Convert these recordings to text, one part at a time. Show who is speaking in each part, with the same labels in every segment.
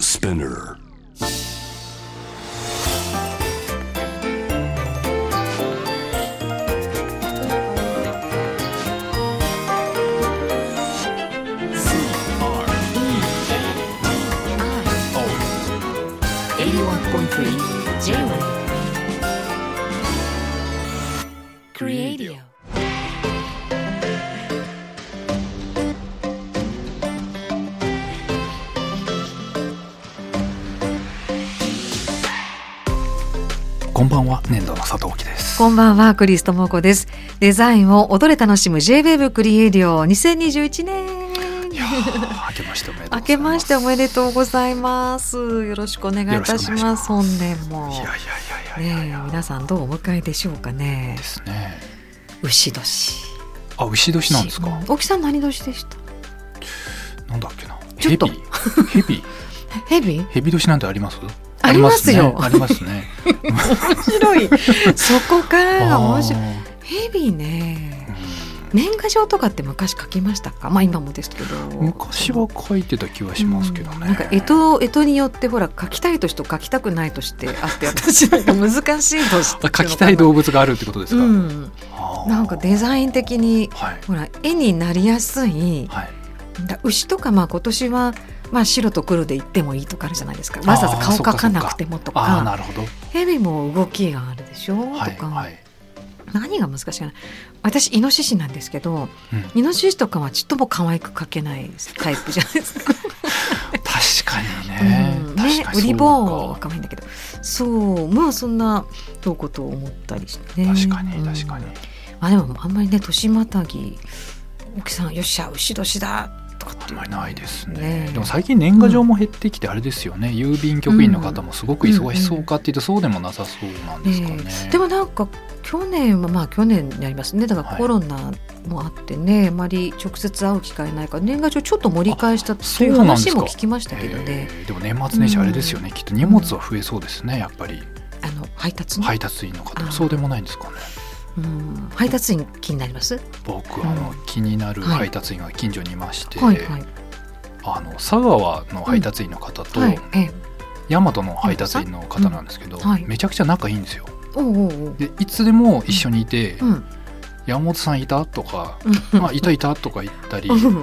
Speaker 1: Spinner.
Speaker 2: 81.3 J-Wave Creadio
Speaker 3: こんばんは粘土の佐藤貴です
Speaker 4: こんばんは、クリストモコです。デザインを踊れ楽しむ J-WAVE クリエイディオ2021年。
Speaker 3: あ明けましておめでとう
Speaker 4: 明
Speaker 3: ござい
Speaker 4: け
Speaker 3: ま
Speaker 4: ますしておめ
Speaker 3: い
Speaker 4: でとうございます。よろしくお願いいたし
Speaker 3: よろ
Speaker 4: ま
Speaker 3: し
Speaker 4: す。
Speaker 3: くお願いします
Speaker 4: 本年も。
Speaker 3: やい
Speaker 4: ね
Speaker 3: やいやいやい
Speaker 4: え
Speaker 3: や、
Speaker 4: 皆さんどうお迎えでしょうかね
Speaker 3: で。すね
Speaker 4: 牛年。
Speaker 3: あ牛年なんですか、
Speaker 4: うん大木さん何年でした？
Speaker 3: なんだっけな
Speaker 4: ちょ
Speaker 3: ヘ
Speaker 4: っと
Speaker 3: ビヘビ
Speaker 4: ヘビ？
Speaker 3: ヘビ年なんてあります
Speaker 4: ありますよ
Speaker 3: ありますね
Speaker 4: 白 い。そこ からが面白い。
Speaker 3: あ
Speaker 4: ヘビね。
Speaker 3: ー
Speaker 4: 年賀状とかって昔書きましたか？まあ今もですけど。
Speaker 3: うん昔は書いてた気はしますけどね、
Speaker 4: なんか干支干支によってほら書きたい年と書きたくない年ってあって私なんか難しい年っていうの
Speaker 3: あ
Speaker 4: か
Speaker 3: 書
Speaker 4: な
Speaker 3: きたい動物があるってことです
Speaker 4: う
Speaker 3: か、
Speaker 4: ん
Speaker 3: あー
Speaker 4: なんかデザイン的に
Speaker 3: はい
Speaker 4: ほら絵になりやすい
Speaker 3: はい
Speaker 4: だ牛とかまあ今年はまあ白と黒で言ってもいいとかあるじゃないですかわざわ
Speaker 3: あ
Speaker 4: ざ
Speaker 3: ー
Speaker 4: 顔
Speaker 3: そっか
Speaker 4: 描かなくてもと
Speaker 3: ああ
Speaker 4: か
Speaker 3: なるほど
Speaker 4: 蛇も動きがあるでしょとか、
Speaker 3: はいはい
Speaker 4: 何が難しいかな私イノシシなんですけど
Speaker 3: うん
Speaker 4: イノシシとかはちっとも可愛く描けないタイプじゃないで すか。
Speaker 3: 確かにね,、
Speaker 4: うん
Speaker 3: 確
Speaker 4: ね
Speaker 3: か、にそ
Speaker 4: ウ
Speaker 3: う
Speaker 4: リ
Speaker 3: か
Speaker 4: ボーンは可愛いんだけどそうまあそんなどうことを思ったりしてね
Speaker 3: 確かに
Speaker 4: うん
Speaker 3: 確かに、
Speaker 4: まあでもあんまりね年またぎ奥さんよっしゃ牛年だとかって
Speaker 3: あん
Speaker 4: う
Speaker 3: まりないですね
Speaker 4: ねえ
Speaker 3: でも最近年賀状も減ってきてあれですよね、郵便局員の方もすごく忙しそうかっていうとそうでもなさそうなんですかね、
Speaker 4: ねえでもなんか去年はまあ去年になりますねだから
Speaker 3: はい
Speaker 4: コロナもあってね、あまり直接会う機会ないから年賀状ちょっと盛り返したという
Speaker 3: そうなんです
Speaker 4: 話
Speaker 3: か
Speaker 4: も聞きましたけどね
Speaker 3: えーでも年末年始あれですよね、きっと荷物は増えそうですねやっぱり
Speaker 4: あの配達の、
Speaker 3: 配達員の方
Speaker 4: あ
Speaker 3: も
Speaker 4: ー
Speaker 3: そうでもないんですかね
Speaker 4: うん、配達員気になります、
Speaker 3: 僕
Speaker 4: うん
Speaker 3: あの気になる
Speaker 4: はい
Speaker 3: 配達員が近所にいまして、
Speaker 4: はいはい
Speaker 3: あの佐川の配達員の方と、
Speaker 4: はいええ
Speaker 3: 大和の配達員の方なんですけど、
Speaker 4: うんはい
Speaker 3: めちゃくちゃ仲いいんですよ
Speaker 4: おうおうおう
Speaker 3: でいつでも一緒にいて「
Speaker 4: うん
Speaker 3: 山本さんいた?」とか「
Speaker 4: う
Speaker 3: まあ、いたいた」とか言ったり
Speaker 4: ん
Speaker 3: ちょ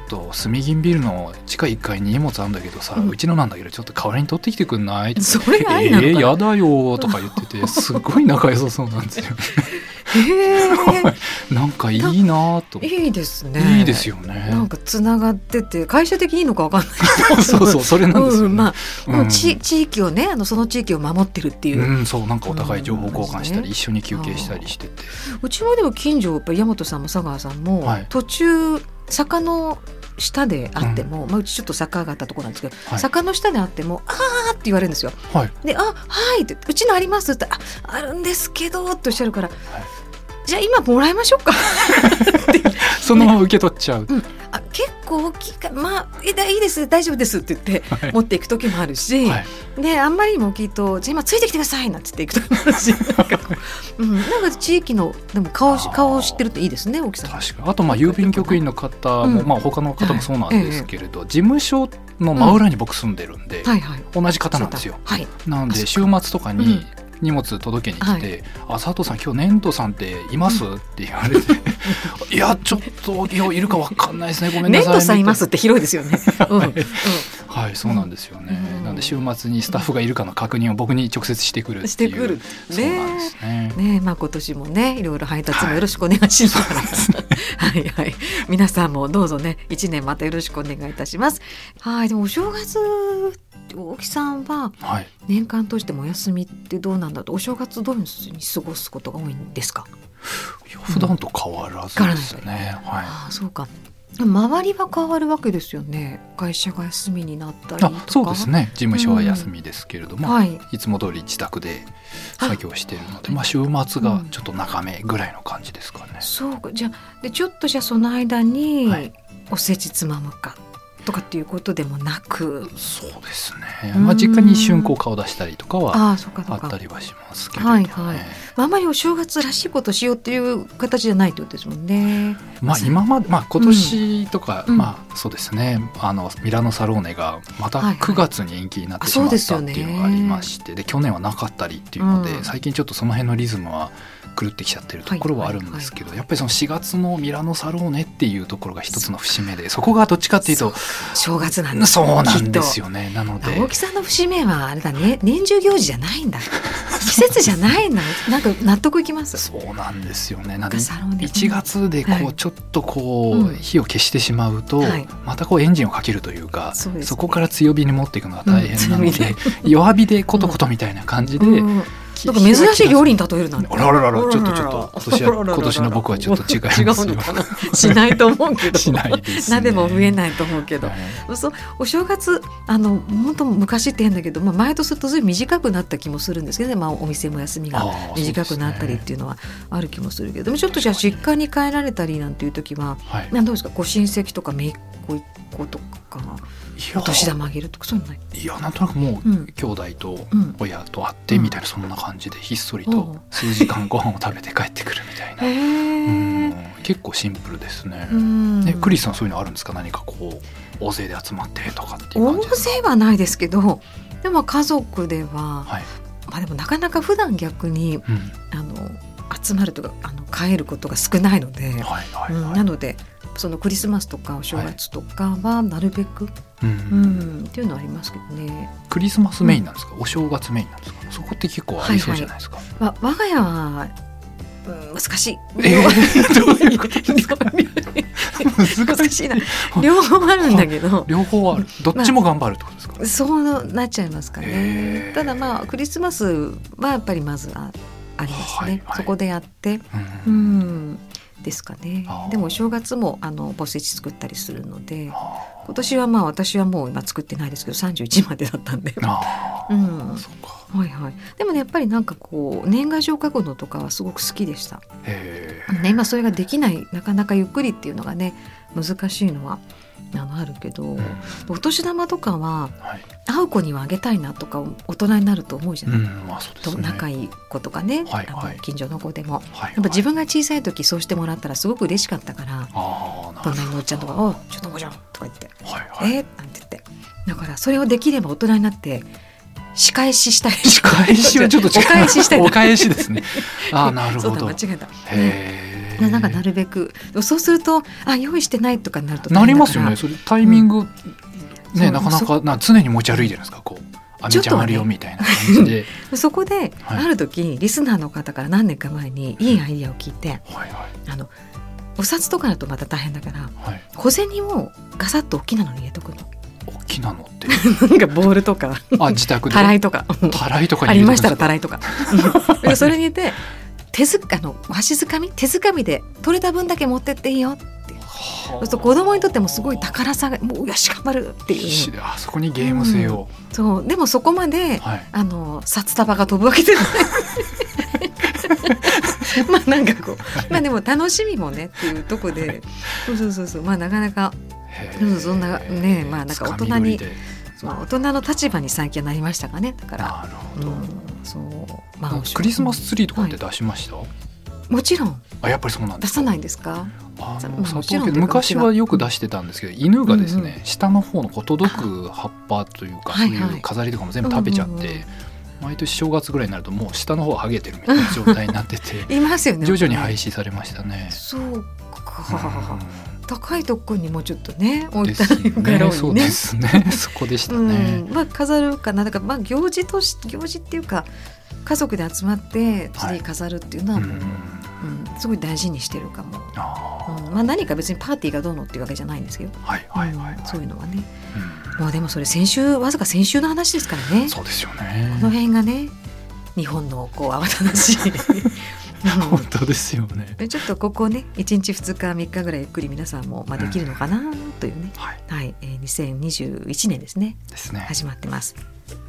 Speaker 3: っと住銀ビルの地下1階に荷物あんだけどさ、う
Speaker 4: うん
Speaker 3: ちのなんだけどちょっと代わりに取ってきてくんないとか
Speaker 4: それありなのかな
Speaker 3: えー、やだよ」とか言っててすごい仲良さそうなん ですよ
Speaker 4: へ
Speaker 3: なんかいいなぁと
Speaker 4: え、いいですね。
Speaker 3: いいです
Speaker 4: よ。
Speaker 3: よ
Speaker 4: な
Speaker 3: ね
Speaker 4: んかつながってて会社的にいいのかわかんないけ ど。
Speaker 3: そうそうそれなんですよ、ね
Speaker 4: うんまあ、
Speaker 3: うん
Speaker 4: ち地域をねあのその地域を守ってるっていう、う
Speaker 3: うん、そうなんかお互い情報交換した
Speaker 4: うん
Speaker 3: り一緒に休憩したりしてて、
Speaker 4: ちもでも近所やっぱり大和さんも佐川さんも、
Speaker 3: はい
Speaker 4: 途中坂の下であっても、うまあうちちょっと坂があったところなんですけど、
Speaker 3: はい
Speaker 4: 坂の下であってもあーって言われるんですよ。
Speaker 3: はい
Speaker 4: であはいってうちのありますってああるんですけどっておっしゃるから、じゃあ今もらいましょうか。
Speaker 3: そのまま受け取っちゃう、
Speaker 4: あ結構大きいかまあえだいいです大丈夫ですって言って、
Speaker 3: はい
Speaker 4: 持っていく時もあるし、
Speaker 3: はい
Speaker 4: であんまりにも大きいとじゃあ今ついてきてくださいなんて 言っていく時もあるしなんかこう、うん、なんか地域のでも顔し
Speaker 3: あー
Speaker 4: 顔を知ってるといいですね大きさん。
Speaker 3: 確かにあとまあ郵便局員の方も、
Speaker 4: うん
Speaker 3: まあ他の方もそうなんですけれど、事務所の真裏に僕住んでるんで、
Speaker 4: はいはい。
Speaker 3: 同じ方なんですよ。
Speaker 4: はい。
Speaker 3: なん
Speaker 4: あそ
Speaker 3: で
Speaker 4: っか
Speaker 3: 週末とかに荷物届けに来て「あ佐藤さん今日粘土さんっています?」って言われて 「いやちょっと今日いるかわかんないですねごめんな
Speaker 4: 粘
Speaker 3: さい」
Speaker 4: 土さんいますっ
Speaker 3: み
Speaker 4: て広いです よね。うんうん、
Speaker 3: たいなはいそうなんですよね、
Speaker 4: うん
Speaker 3: なんで週末にスタッフがいるかの確認を僕に直接してくるっていう
Speaker 4: してくる
Speaker 3: そうなん
Speaker 4: ね
Speaker 3: ですね
Speaker 4: ねえまあ今年もねいろいろ配達もよろしくお願いします。 はい、はい皆さんもどうぞね一年またよろしくお願いいたします。はいでもお正月大木さんは
Speaker 3: はい
Speaker 4: 年間通してもお休みってどうなんだとお正月どういうふうに過ごすことが多いんですか、
Speaker 3: いや普段と変わらずですね、はい
Speaker 4: ああそうか周りは変わるわけですよね会社が休みになったりと
Speaker 3: あ
Speaker 4: か
Speaker 3: そうですね事務所は休みですけれども、
Speaker 4: はい
Speaker 3: いつも通り自宅で作業しているので
Speaker 4: あ
Speaker 3: まあ、週末がちょっと長めぐらいの感じですかね。
Speaker 4: そうかじゃあでちょっとじゃあその間に
Speaker 3: はい
Speaker 4: おせちつまむかとかっていうことでもなく
Speaker 3: そうですね、まあ、実家に一瞬こう顔出したりとかは
Speaker 4: ああそうかそ
Speaker 3: あ
Speaker 4: うか
Speaker 3: った
Speaker 4: あ,、
Speaker 3: りはしますけれど、ね
Speaker 4: はいはいまあ、あまりお正月らしいことしようっていう形じゃないってことですもんね。
Speaker 3: まあ、今まで、まあ、今年とか、
Speaker 4: うん
Speaker 3: まあ、そうですねあのミラノサローネがまた
Speaker 4: はいはい
Speaker 3: 9月に延期になって
Speaker 4: あ
Speaker 3: しま
Speaker 4: そう
Speaker 3: った
Speaker 4: で
Speaker 3: っ
Speaker 4: す
Speaker 3: て
Speaker 4: よね
Speaker 3: いうのがありましてで去年はなかったりっていうので、
Speaker 4: うん
Speaker 3: 最近ちょっとその辺のリズムは狂ってきちゃってるところはあるんですけど、やっぱりその4月のミラノサローネっていうところが一つの節目でそこがどっちかっていうと
Speaker 4: 正月なん
Speaker 3: そう
Speaker 4: です
Speaker 3: なんです
Speaker 4: よ。
Speaker 3: よねなの
Speaker 4: きっ
Speaker 3: で
Speaker 4: と大木さんの節目はあれだね年中行事じゃな いんだ季節じゃないんだなんか納得いきます。
Speaker 3: そうなんですよねなん
Speaker 4: なん
Speaker 3: で
Speaker 4: かサロンで
Speaker 3: 1月でこ
Speaker 4: は
Speaker 3: う
Speaker 4: い
Speaker 3: ちょっとこ
Speaker 4: う
Speaker 3: うん火を消してしまうと
Speaker 4: はい
Speaker 3: またこうエンジンをかけるというか
Speaker 4: そうですね
Speaker 3: そこから強火に持っていくのが大変なの
Speaker 4: うん強
Speaker 3: で弱火でコトコトみたいな感じで
Speaker 4: うんなんか珍しい料理に例えるなんて
Speaker 3: あ。らららら
Speaker 4: あら
Speaker 3: ちょっとちょっと今年は
Speaker 4: あらららら
Speaker 3: 今年の僕はちょっと違います
Speaker 4: 違う
Speaker 3: よ
Speaker 4: のかなしないと思うけど
Speaker 3: しないですね
Speaker 4: 鍋も増えないと思うけど
Speaker 3: は。い
Speaker 4: そうお正月あの本当昔って変だけど、まあ、前とするとずいぶん短くなった気もするんですけどね、まあ、お店も休み
Speaker 3: あ
Speaker 4: が
Speaker 3: ー
Speaker 4: 短くなったりっていうのはある気もするけどでもちょっとじゃあ実家に帰られたりなんていう時は
Speaker 3: はい
Speaker 4: なんどうですかご親戚とか姪っ子一個とか
Speaker 3: い
Speaker 4: お
Speaker 3: や
Speaker 4: 年玉あげるとかそういうのない、
Speaker 3: いやなんとなくもう
Speaker 4: うん
Speaker 3: 兄弟と
Speaker 4: うん、
Speaker 3: 親と会ってみたいなそんな感じでひっそり
Speaker 4: お
Speaker 3: と
Speaker 4: う
Speaker 3: 数時間ご飯を食べて帰ってくるみたいな
Speaker 4: へ
Speaker 3: うん
Speaker 4: え
Speaker 3: 結構シンプルですね。
Speaker 4: うん
Speaker 3: えクリスさんそういうのあるんですか何かこう大勢で集まってとかっていう
Speaker 4: 大
Speaker 3: 感じですか
Speaker 4: 勢はないですけどでも家族では、
Speaker 3: はい、
Speaker 4: まあ、でもなかなか普段逆に
Speaker 3: うん、
Speaker 4: あの集まるとかあの帰ることが少ないの
Speaker 3: は
Speaker 4: で。
Speaker 3: いはい
Speaker 4: うん、
Speaker 3: はい
Speaker 4: なのでそのクリスマスとかお正月とかはなるべく、
Speaker 3: うん
Speaker 4: うん、っていうのはありますけどね、
Speaker 3: クリスマスメインなんですか、お正月メインなんですかそこって結構ありそうじゃないですか、
Speaker 4: まあ、我が家は、うん、難しい、
Speaker 3: えーどういうことですか
Speaker 4: 難しいな 両方あるんだけど
Speaker 3: 両方あるどっちも頑張るってことですか、
Speaker 4: そうなっちゃいますかね
Speaker 3: へー
Speaker 4: ただまあクリスマスはやっぱりまずああります
Speaker 3: は
Speaker 4: ね、
Speaker 3: いはい
Speaker 4: そこでやって
Speaker 3: う
Speaker 4: うんんですかね
Speaker 3: あー
Speaker 4: でもお正月もあのボスイチ作ったりするので
Speaker 3: あ
Speaker 4: 今年はまあ私はもう今作ってないですけど31までだったんで、
Speaker 3: ーあ
Speaker 4: うん
Speaker 3: ー、そうか
Speaker 4: はいはい、でもねやっぱりなんかこう年賀状書くのとかはすごく好きでした、
Speaker 3: へ
Speaker 4: ね、今それができないなかなかゆっくりっていうのがね難しいのはあのあるけど、
Speaker 3: え、うん
Speaker 4: お年玉とかは
Speaker 3: はい
Speaker 4: 会う子にはあげたいなとか大人になると思うじゃ
Speaker 3: う
Speaker 4: ない、
Speaker 3: んまあそうです
Speaker 4: と
Speaker 3: ね
Speaker 4: 仲
Speaker 3: はい
Speaker 4: いい子とか
Speaker 3: は
Speaker 4: ね、
Speaker 3: いはい
Speaker 4: あの近所の子でも。
Speaker 3: はい
Speaker 4: やっぱ自分が小さい時そうしてもらったらすごく嬉しかったから
Speaker 3: ああなるほ
Speaker 4: 隣のおっちゃんとか「おうちょっとおばちゃん」とか言って
Speaker 3: どはい
Speaker 4: 「
Speaker 3: はい
Speaker 4: えっ?」なんて言ってだからそれをできれば大人になって仕返ししたい
Speaker 3: 仕 返しはちょっと違う
Speaker 4: お返ししたい
Speaker 3: お返しですねああなる
Speaker 4: そ
Speaker 3: ほ
Speaker 4: うだ
Speaker 3: ど
Speaker 4: 間違えた。ね
Speaker 3: へえ。
Speaker 4: ななんかなるべくそうするとあ用意してないとかになると
Speaker 3: な
Speaker 4: 大
Speaker 3: り
Speaker 4: 変だ
Speaker 3: ま
Speaker 4: か
Speaker 3: す
Speaker 4: ら
Speaker 3: よね。それタイミング、
Speaker 4: そ
Speaker 3: ね
Speaker 4: う
Speaker 3: なかなかな常に持ち歩いてるんですかこう。あ
Speaker 4: ちょ
Speaker 3: め
Speaker 4: っ
Speaker 3: ちゃ
Speaker 4: と
Speaker 3: ん
Speaker 4: は
Speaker 3: あ
Speaker 4: ね
Speaker 3: るよみたいな感じ で。
Speaker 4: そこで、
Speaker 3: はい
Speaker 4: ある時リスナーの方から何年か前にいいアイディアを聞いて
Speaker 3: はいはい
Speaker 4: あのお札とかだとまた大変だから
Speaker 3: はい。
Speaker 4: 小銭をガサッと大きなのに入 れとくの
Speaker 3: 大きなのって。
Speaker 4: なんかボールとか
Speaker 3: あ自宅で。
Speaker 4: たらいとか
Speaker 3: たらいとかに入
Speaker 4: あり
Speaker 3: れて
Speaker 4: ましたら
Speaker 3: くん
Speaker 4: た
Speaker 3: で
Speaker 4: らいとかうんそれにて手づあのわしづかみ手づかみで取れた分だけ持ってっていいよ
Speaker 3: すか。はあ
Speaker 4: そうすると子供にとってもすごい。宝さがもうよし頑張るってい
Speaker 3: 必死
Speaker 4: う
Speaker 3: であそこにゲーム性を。
Speaker 4: そうでもそこまで、
Speaker 3: はい。
Speaker 4: あの札束が飛ぶわけでもない まあなんかこうまあでも楽しみもねっていうとこでそうそうそうそうまあなかなか、
Speaker 3: へえ
Speaker 4: うんそんなねまあなんか大
Speaker 3: つか
Speaker 4: 人に
Speaker 3: み取りで
Speaker 4: まあ、大人の立場に最近はなりましたかねだから、
Speaker 3: なるほ
Speaker 4: う
Speaker 3: ど。
Speaker 4: ん、そうまあお正月
Speaker 3: クリスマスツリーとかって出しました。
Speaker 4: もちろん
Speaker 3: あやっぱりそうなんで
Speaker 4: 出
Speaker 3: すか。
Speaker 4: さないんですか
Speaker 3: あ
Speaker 4: さ
Speaker 3: の
Speaker 4: まあ
Speaker 3: 砂
Speaker 4: もちろ
Speaker 3: 糖
Speaker 4: んとい
Speaker 3: 系
Speaker 4: うか
Speaker 3: 昔はよく出してたんですけど犬がですね、
Speaker 4: う
Speaker 3: 下の方のこう届く葉っぱというか、
Speaker 4: はい
Speaker 3: そう
Speaker 4: はい
Speaker 3: いう飾りとかも全部食べちゃって、
Speaker 4: うんうんうん
Speaker 3: 毎年正月ぐらいになるともう下の方は剥げてるみたいな状態にな ってて
Speaker 4: いますよね
Speaker 3: 徐々に廃止されました ね。
Speaker 4: そう
Speaker 3: うん
Speaker 4: か高いとこにもちょっとね置
Speaker 3: で
Speaker 4: いた
Speaker 3: す
Speaker 4: らよかろ
Speaker 3: ね。
Speaker 4: う
Speaker 3: そう
Speaker 4: に
Speaker 3: で
Speaker 4: ね
Speaker 3: すね。 そこでしたね。
Speaker 4: うん、まあ飾るかなだからまあ行事とし行事っていうか家族で集まってツ
Speaker 3: は
Speaker 4: リ
Speaker 3: い
Speaker 4: ー飾るっていうの
Speaker 3: う
Speaker 4: は
Speaker 3: ん
Speaker 4: もう、うんすごい大事にしてるかも、
Speaker 3: あ
Speaker 4: うんまあ、何か別にパーティーがどうのっていうわけじゃないんですけど、
Speaker 3: ーはいはいはい、
Speaker 4: うん
Speaker 3: はい
Speaker 4: そういうのはね
Speaker 3: う
Speaker 4: まあでもそれ先週わずか先週の話ですからね
Speaker 3: ん
Speaker 4: こ
Speaker 3: そうですよね。
Speaker 4: の辺がね日本のこう慌た だしい、
Speaker 3: 本当ですよね。
Speaker 4: うんちょっとここね1日2日3日ぐらいゆっくり皆さんもまあできるのかなというね、
Speaker 3: はい
Speaker 4: はいえー、2021年ですね
Speaker 3: ですね。
Speaker 4: 始まってます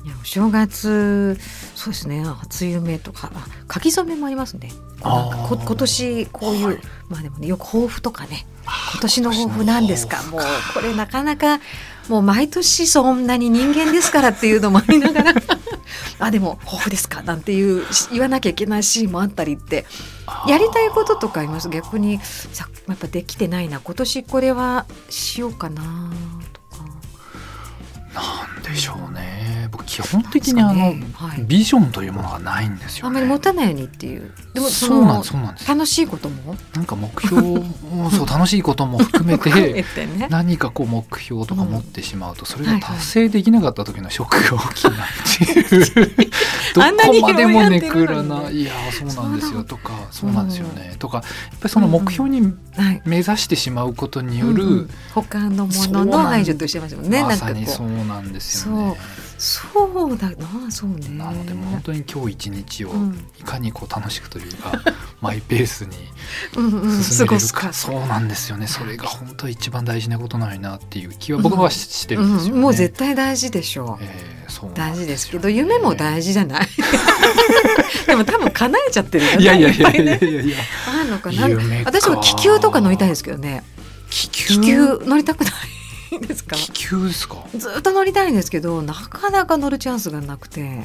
Speaker 4: いやお正月そうですね初夢とかあ書き初めもありますねなんかこ今年こういう、
Speaker 3: はい
Speaker 4: まあでもねよく抱負とかね今
Speaker 3: 今
Speaker 4: 年の抱負なんですかもうこれなかなかもう毎年そんなに人間ですからっていうのもありながら あでも抱負ですかなんていう言わなきゃいけないシーンもあったりってやりたいこととかあります逆にさやっぱできてないな今年これはしようかなとか
Speaker 3: なんでしょうね僕基本的にあの、
Speaker 4: なんですかねはい
Speaker 3: ビジョンというものがないんですよ、ね、
Speaker 4: あんまり持たないようにっていうでもそ
Speaker 3: そうなん
Speaker 4: の
Speaker 3: ですそうなんです
Speaker 4: 楽しいことも
Speaker 3: なんか目標 もそう楽しいことも含め
Speaker 4: 含め
Speaker 3: て
Speaker 4: てね
Speaker 3: 何かこう目標とか持ってしまうとそれが
Speaker 4: はいは
Speaker 3: 達
Speaker 4: い
Speaker 3: 成できなかった時のショックが大きいなっていう
Speaker 4: あんな
Speaker 3: ど
Speaker 4: に
Speaker 3: こまでもね
Speaker 4: 広がっ
Speaker 3: く
Speaker 4: てるの
Speaker 3: らない
Speaker 4: にね
Speaker 3: いやそうなんですよとかそうなんですよねとかやっぱりその
Speaker 4: うんうん
Speaker 3: 目標に
Speaker 4: はい
Speaker 3: 目指してしまうことによ
Speaker 4: うんうん
Speaker 3: る
Speaker 4: 他のもの
Speaker 3: そうなん
Speaker 4: の愛情としてましたもんね
Speaker 3: ま
Speaker 4: なん
Speaker 3: さ
Speaker 4: かこ
Speaker 3: に
Speaker 4: う
Speaker 3: そうなんですよね。
Speaker 4: そうだなそうね
Speaker 3: なのでもう本当に今日一日を
Speaker 4: うん
Speaker 3: いかにこう楽しくという かマイペースに
Speaker 4: うんうん
Speaker 3: 進めれる
Speaker 4: 過
Speaker 3: か
Speaker 4: ごす
Speaker 3: そうなんですよねそれが本当一番大事なことなんやなっていう気は僕はししてるんですよ
Speaker 4: うん
Speaker 3: ね。
Speaker 4: もう絶対大事でしょう、
Speaker 3: えーそう
Speaker 4: 大事ですけど夢も大事じゃない でも多分叶えちゃってるよね
Speaker 3: いやいやい
Speaker 4: っ
Speaker 3: や
Speaker 4: ぱ
Speaker 3: いや
Speaker 4: い
Speaker 3: いや
Speaker 4: ね
Speaker 3: いやいや
Speaker 4: あるのかな
Speaker 3: 夢か
Speaker 4: 私も気球とか乗りたいですけどね
Speaker 3: 気球
Speaker 4: 気球乗りたくないですか
Speaker 3: 気球ですか
Speaker 4: ずっと乗りたいんですけどなかなか乗るチャンスがなくて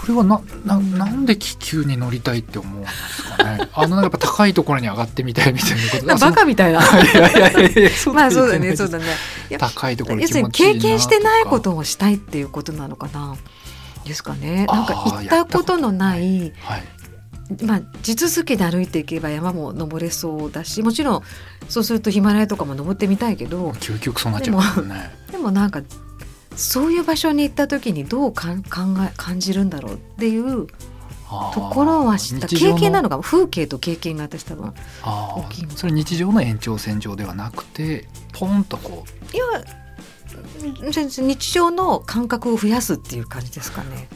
Speaker 3: それはなななんで気球に乗りたいって思うんですか ねあのなんかやっぱ高いところに上がってみたいみたいなこと
Speaker 4: バカみたいな
Speaker 3: あそのいやいやいやいやん
Speaker 4: ま
Speaker 3: な
Speaker 4: あ
Speaker 3: こと
Speaker 4: そ
Speaker 3: 言ってない
Speaker 4: うだね
Speaker 3: です
Speaker 4: そうだねいや
Speaker 3: 高いところ
Speaker 4: 要
Speaker 3: 気
Speaker 4: する
Speaker 3: 持
Speaker 4: に
Speaker 3: ちいいな
Speaker 4: 経験してない
Speaker 3: とか
Speaker 4: ことをしたいっていうことなのかなですかね
Speaker 3: あー
Speaker 4: なんか行ったことのない
Speaker 3: はい
Speaker 4: まあ地続きで歩いていけば山も登れそうだしもちろんそうするとヒマラヤとかも登ってみたいけど
Speaker 3: 究極そうなっちゃいますよね
Speaker 4: でもなんかそういう場所に行った時にどうかん考え感じるんだろうっていう
Speaker 3: あー
Speaker 4: ところは知った
Speaker 3: 日常
Speaker 4: 経験なのかも風景と経験が私多分
Speaker 3: あー
Speaker 4: 大きいの
Speaker 3: それ日常の延長線上ではなくてポンとこ
Speaker 4: いや全然日常の感覚を増やすっていう感じですかね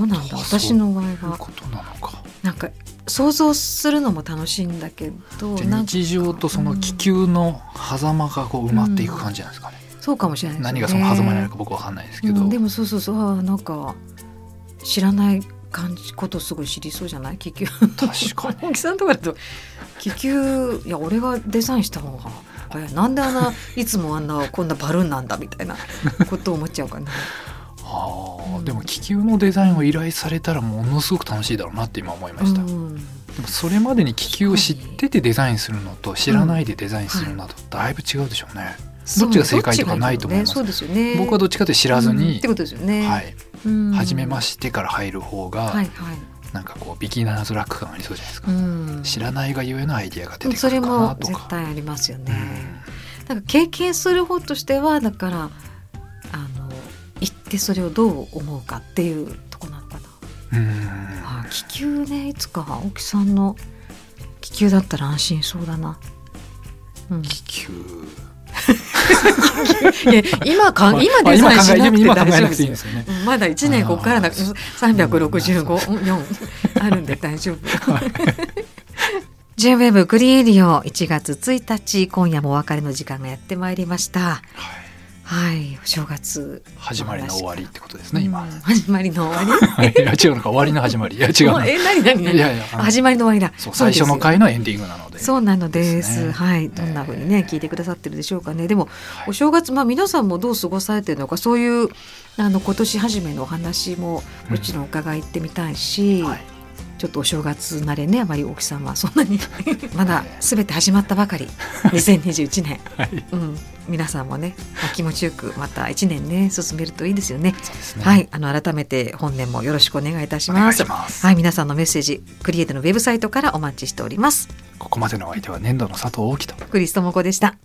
Speaker 3: うなる
Speaker 4: どうなんだ私の場合
Speaker 3: そういう
Speaker 4: は
Speaker 3: ことなのか
Speaker 4: なんか想像するのも楽しいんだけど
Speaker 3: じゃ
Speaker 4: な
Speaker 3: あ
Speaker 4: んか
Speaker 3: 日常とその気球の狭間がこう埋まっていく感じなんですかね、
Speaker 4: そうかもしれないです
Speaker 3: 何
Speaker 4: ね
Speaker 3: がその狭間になるか僕わかんないですけど、
Speaker 4: うんでもそうそうそうあーなんか知らない感じことすごい知りそうじゃない気球
Speaker 3: 確か
Speaker 4: 本木さんとかだと気球いや俺がデザインした方があれなんであんないつもあんなこんなバルーンなんだみたいなことを思っちゃうかな
Speaker 3: あーでも気球のデザインを依頼されたらものすごく楽しいだろうなって今 思いました、
Speaker 4: うん
Speaker 3: でもそれまでに気球を知っててデザインするのと知らないでデザインするのとだいぶ違うでしょうね、どっちが正解とかないと思います
Speaker 4: そうどっちがいいんだろうねそうですよね
Speaker 3: 僕はどっちかって知らず
Speaker 4: うんっ
Speaker 3: に
Speaker 4: て、ことですよね
Speaker 3: はい、
Speaker 4: うん
Speaker 3: 初めましてから入る方が、
Speaker 4: はいはい
Speaker 3: なんかこうビギナーズラック感ありそうじゃないですか、
Speaker 4: うん
Speaker 3: 知らないがゆえのアイディアが出て
Speaker 4: そ
Speaker 3: く
Speaker 4: れ
Speaker 3: るかな
Speaker 4: も
Speaker 3: と
Speaker 4: 絶
Speaker 3: か、
Speaker 4: 対ありますよ
Speaker 3: う
Speaker 4: ね、
Speaker 3: ん
Speaker 4: なんか経験する方としてはだからあの行ってそれをどう思うかっていうとこなのかな。
Speaker 3: うん
Speaker 4: あ気球ねいつか青木さんの気球だったら安心そうだな。 うん、
Speaker 3: 気球
Speaker 4: いや今か
Speaker 3: まあ
Speaker 4: 今デザインしなくて
Speaker 3: 今
Speaker 4: 大
Speaker 3: 考えな
Speaker 4: 丈夫で
Speaker 3: くて
Speaker 4: す
Speaker 3: いいん
Speaker 4: よ
Speaker 3: で。すよね
Speaker 4: うんまだ1年ここからだ
Speaker 3: あー
Speaker 4: 365四あるんで大丈 夫。J-WAVE クリエリオ1月1日今夜もお別れの時間がやってまいりました。
Speaker 3: はい
Speaker 4: はい、お正月
Speaker 3: 始まりの終わりってことですね、今。
Speaker 4: うん始まりの終わ
Speaker 3: いや違うのか、終わりの始まり。いや 違
Speaker 4: り。
Speaker 3: う
Speaker 4: もう
Speaker 3: な。
Speaker 4: え、何何
Speaker 3: い
Speaker 4: 何。
Speaker 3: やいや、あの
Speaker 4: 始まりの終わりだ。
Speaker 3: そう最初の
Speaker 4: です
Speaker 3: 回のエンディングなので。
Speaker 4: そうなので
Speaker 3: です
Speaker 4: す。
Speaker 3: ね
Speaker 4: はい、どんな風に
Speaker 3: え
Speaker 4: ね
Speaker 3: ー
Speaker 4: 聞いてくださってるでしょうかね。でも
Speaker 3: はい
Speaker 4: お正月まあ皆さんもどう過ごされてるのか、そういうあの今年初めのお話ももちろん伺いってみたいし、
Speaker 3: はい
Speaker 4: ちょっとお正月慣れねあまり大木さんはそん なにまだすべて始まったばかり。2021年。
Speaker 3: はい
Speaker 4: うん。皆さんもね、まあ気持ちよくまた一年ね進めるといいですよね。
Speaker 3: そうですね
Speaker 4: はい、あの改めて本年もよろしくお願いいたし
Speaker 3: お願
Speaker 4: ま
Speaker 3: い
Speaker 4: す。
Speaker 3: します
Speaker 4: はい、皆さんのメッセージ、クリエイトのウェブサイトからお待ちしております。
Speaker 3: ここまでのお相手は年度の佐藤大樹と。
Speaker 4: クリストモコでした。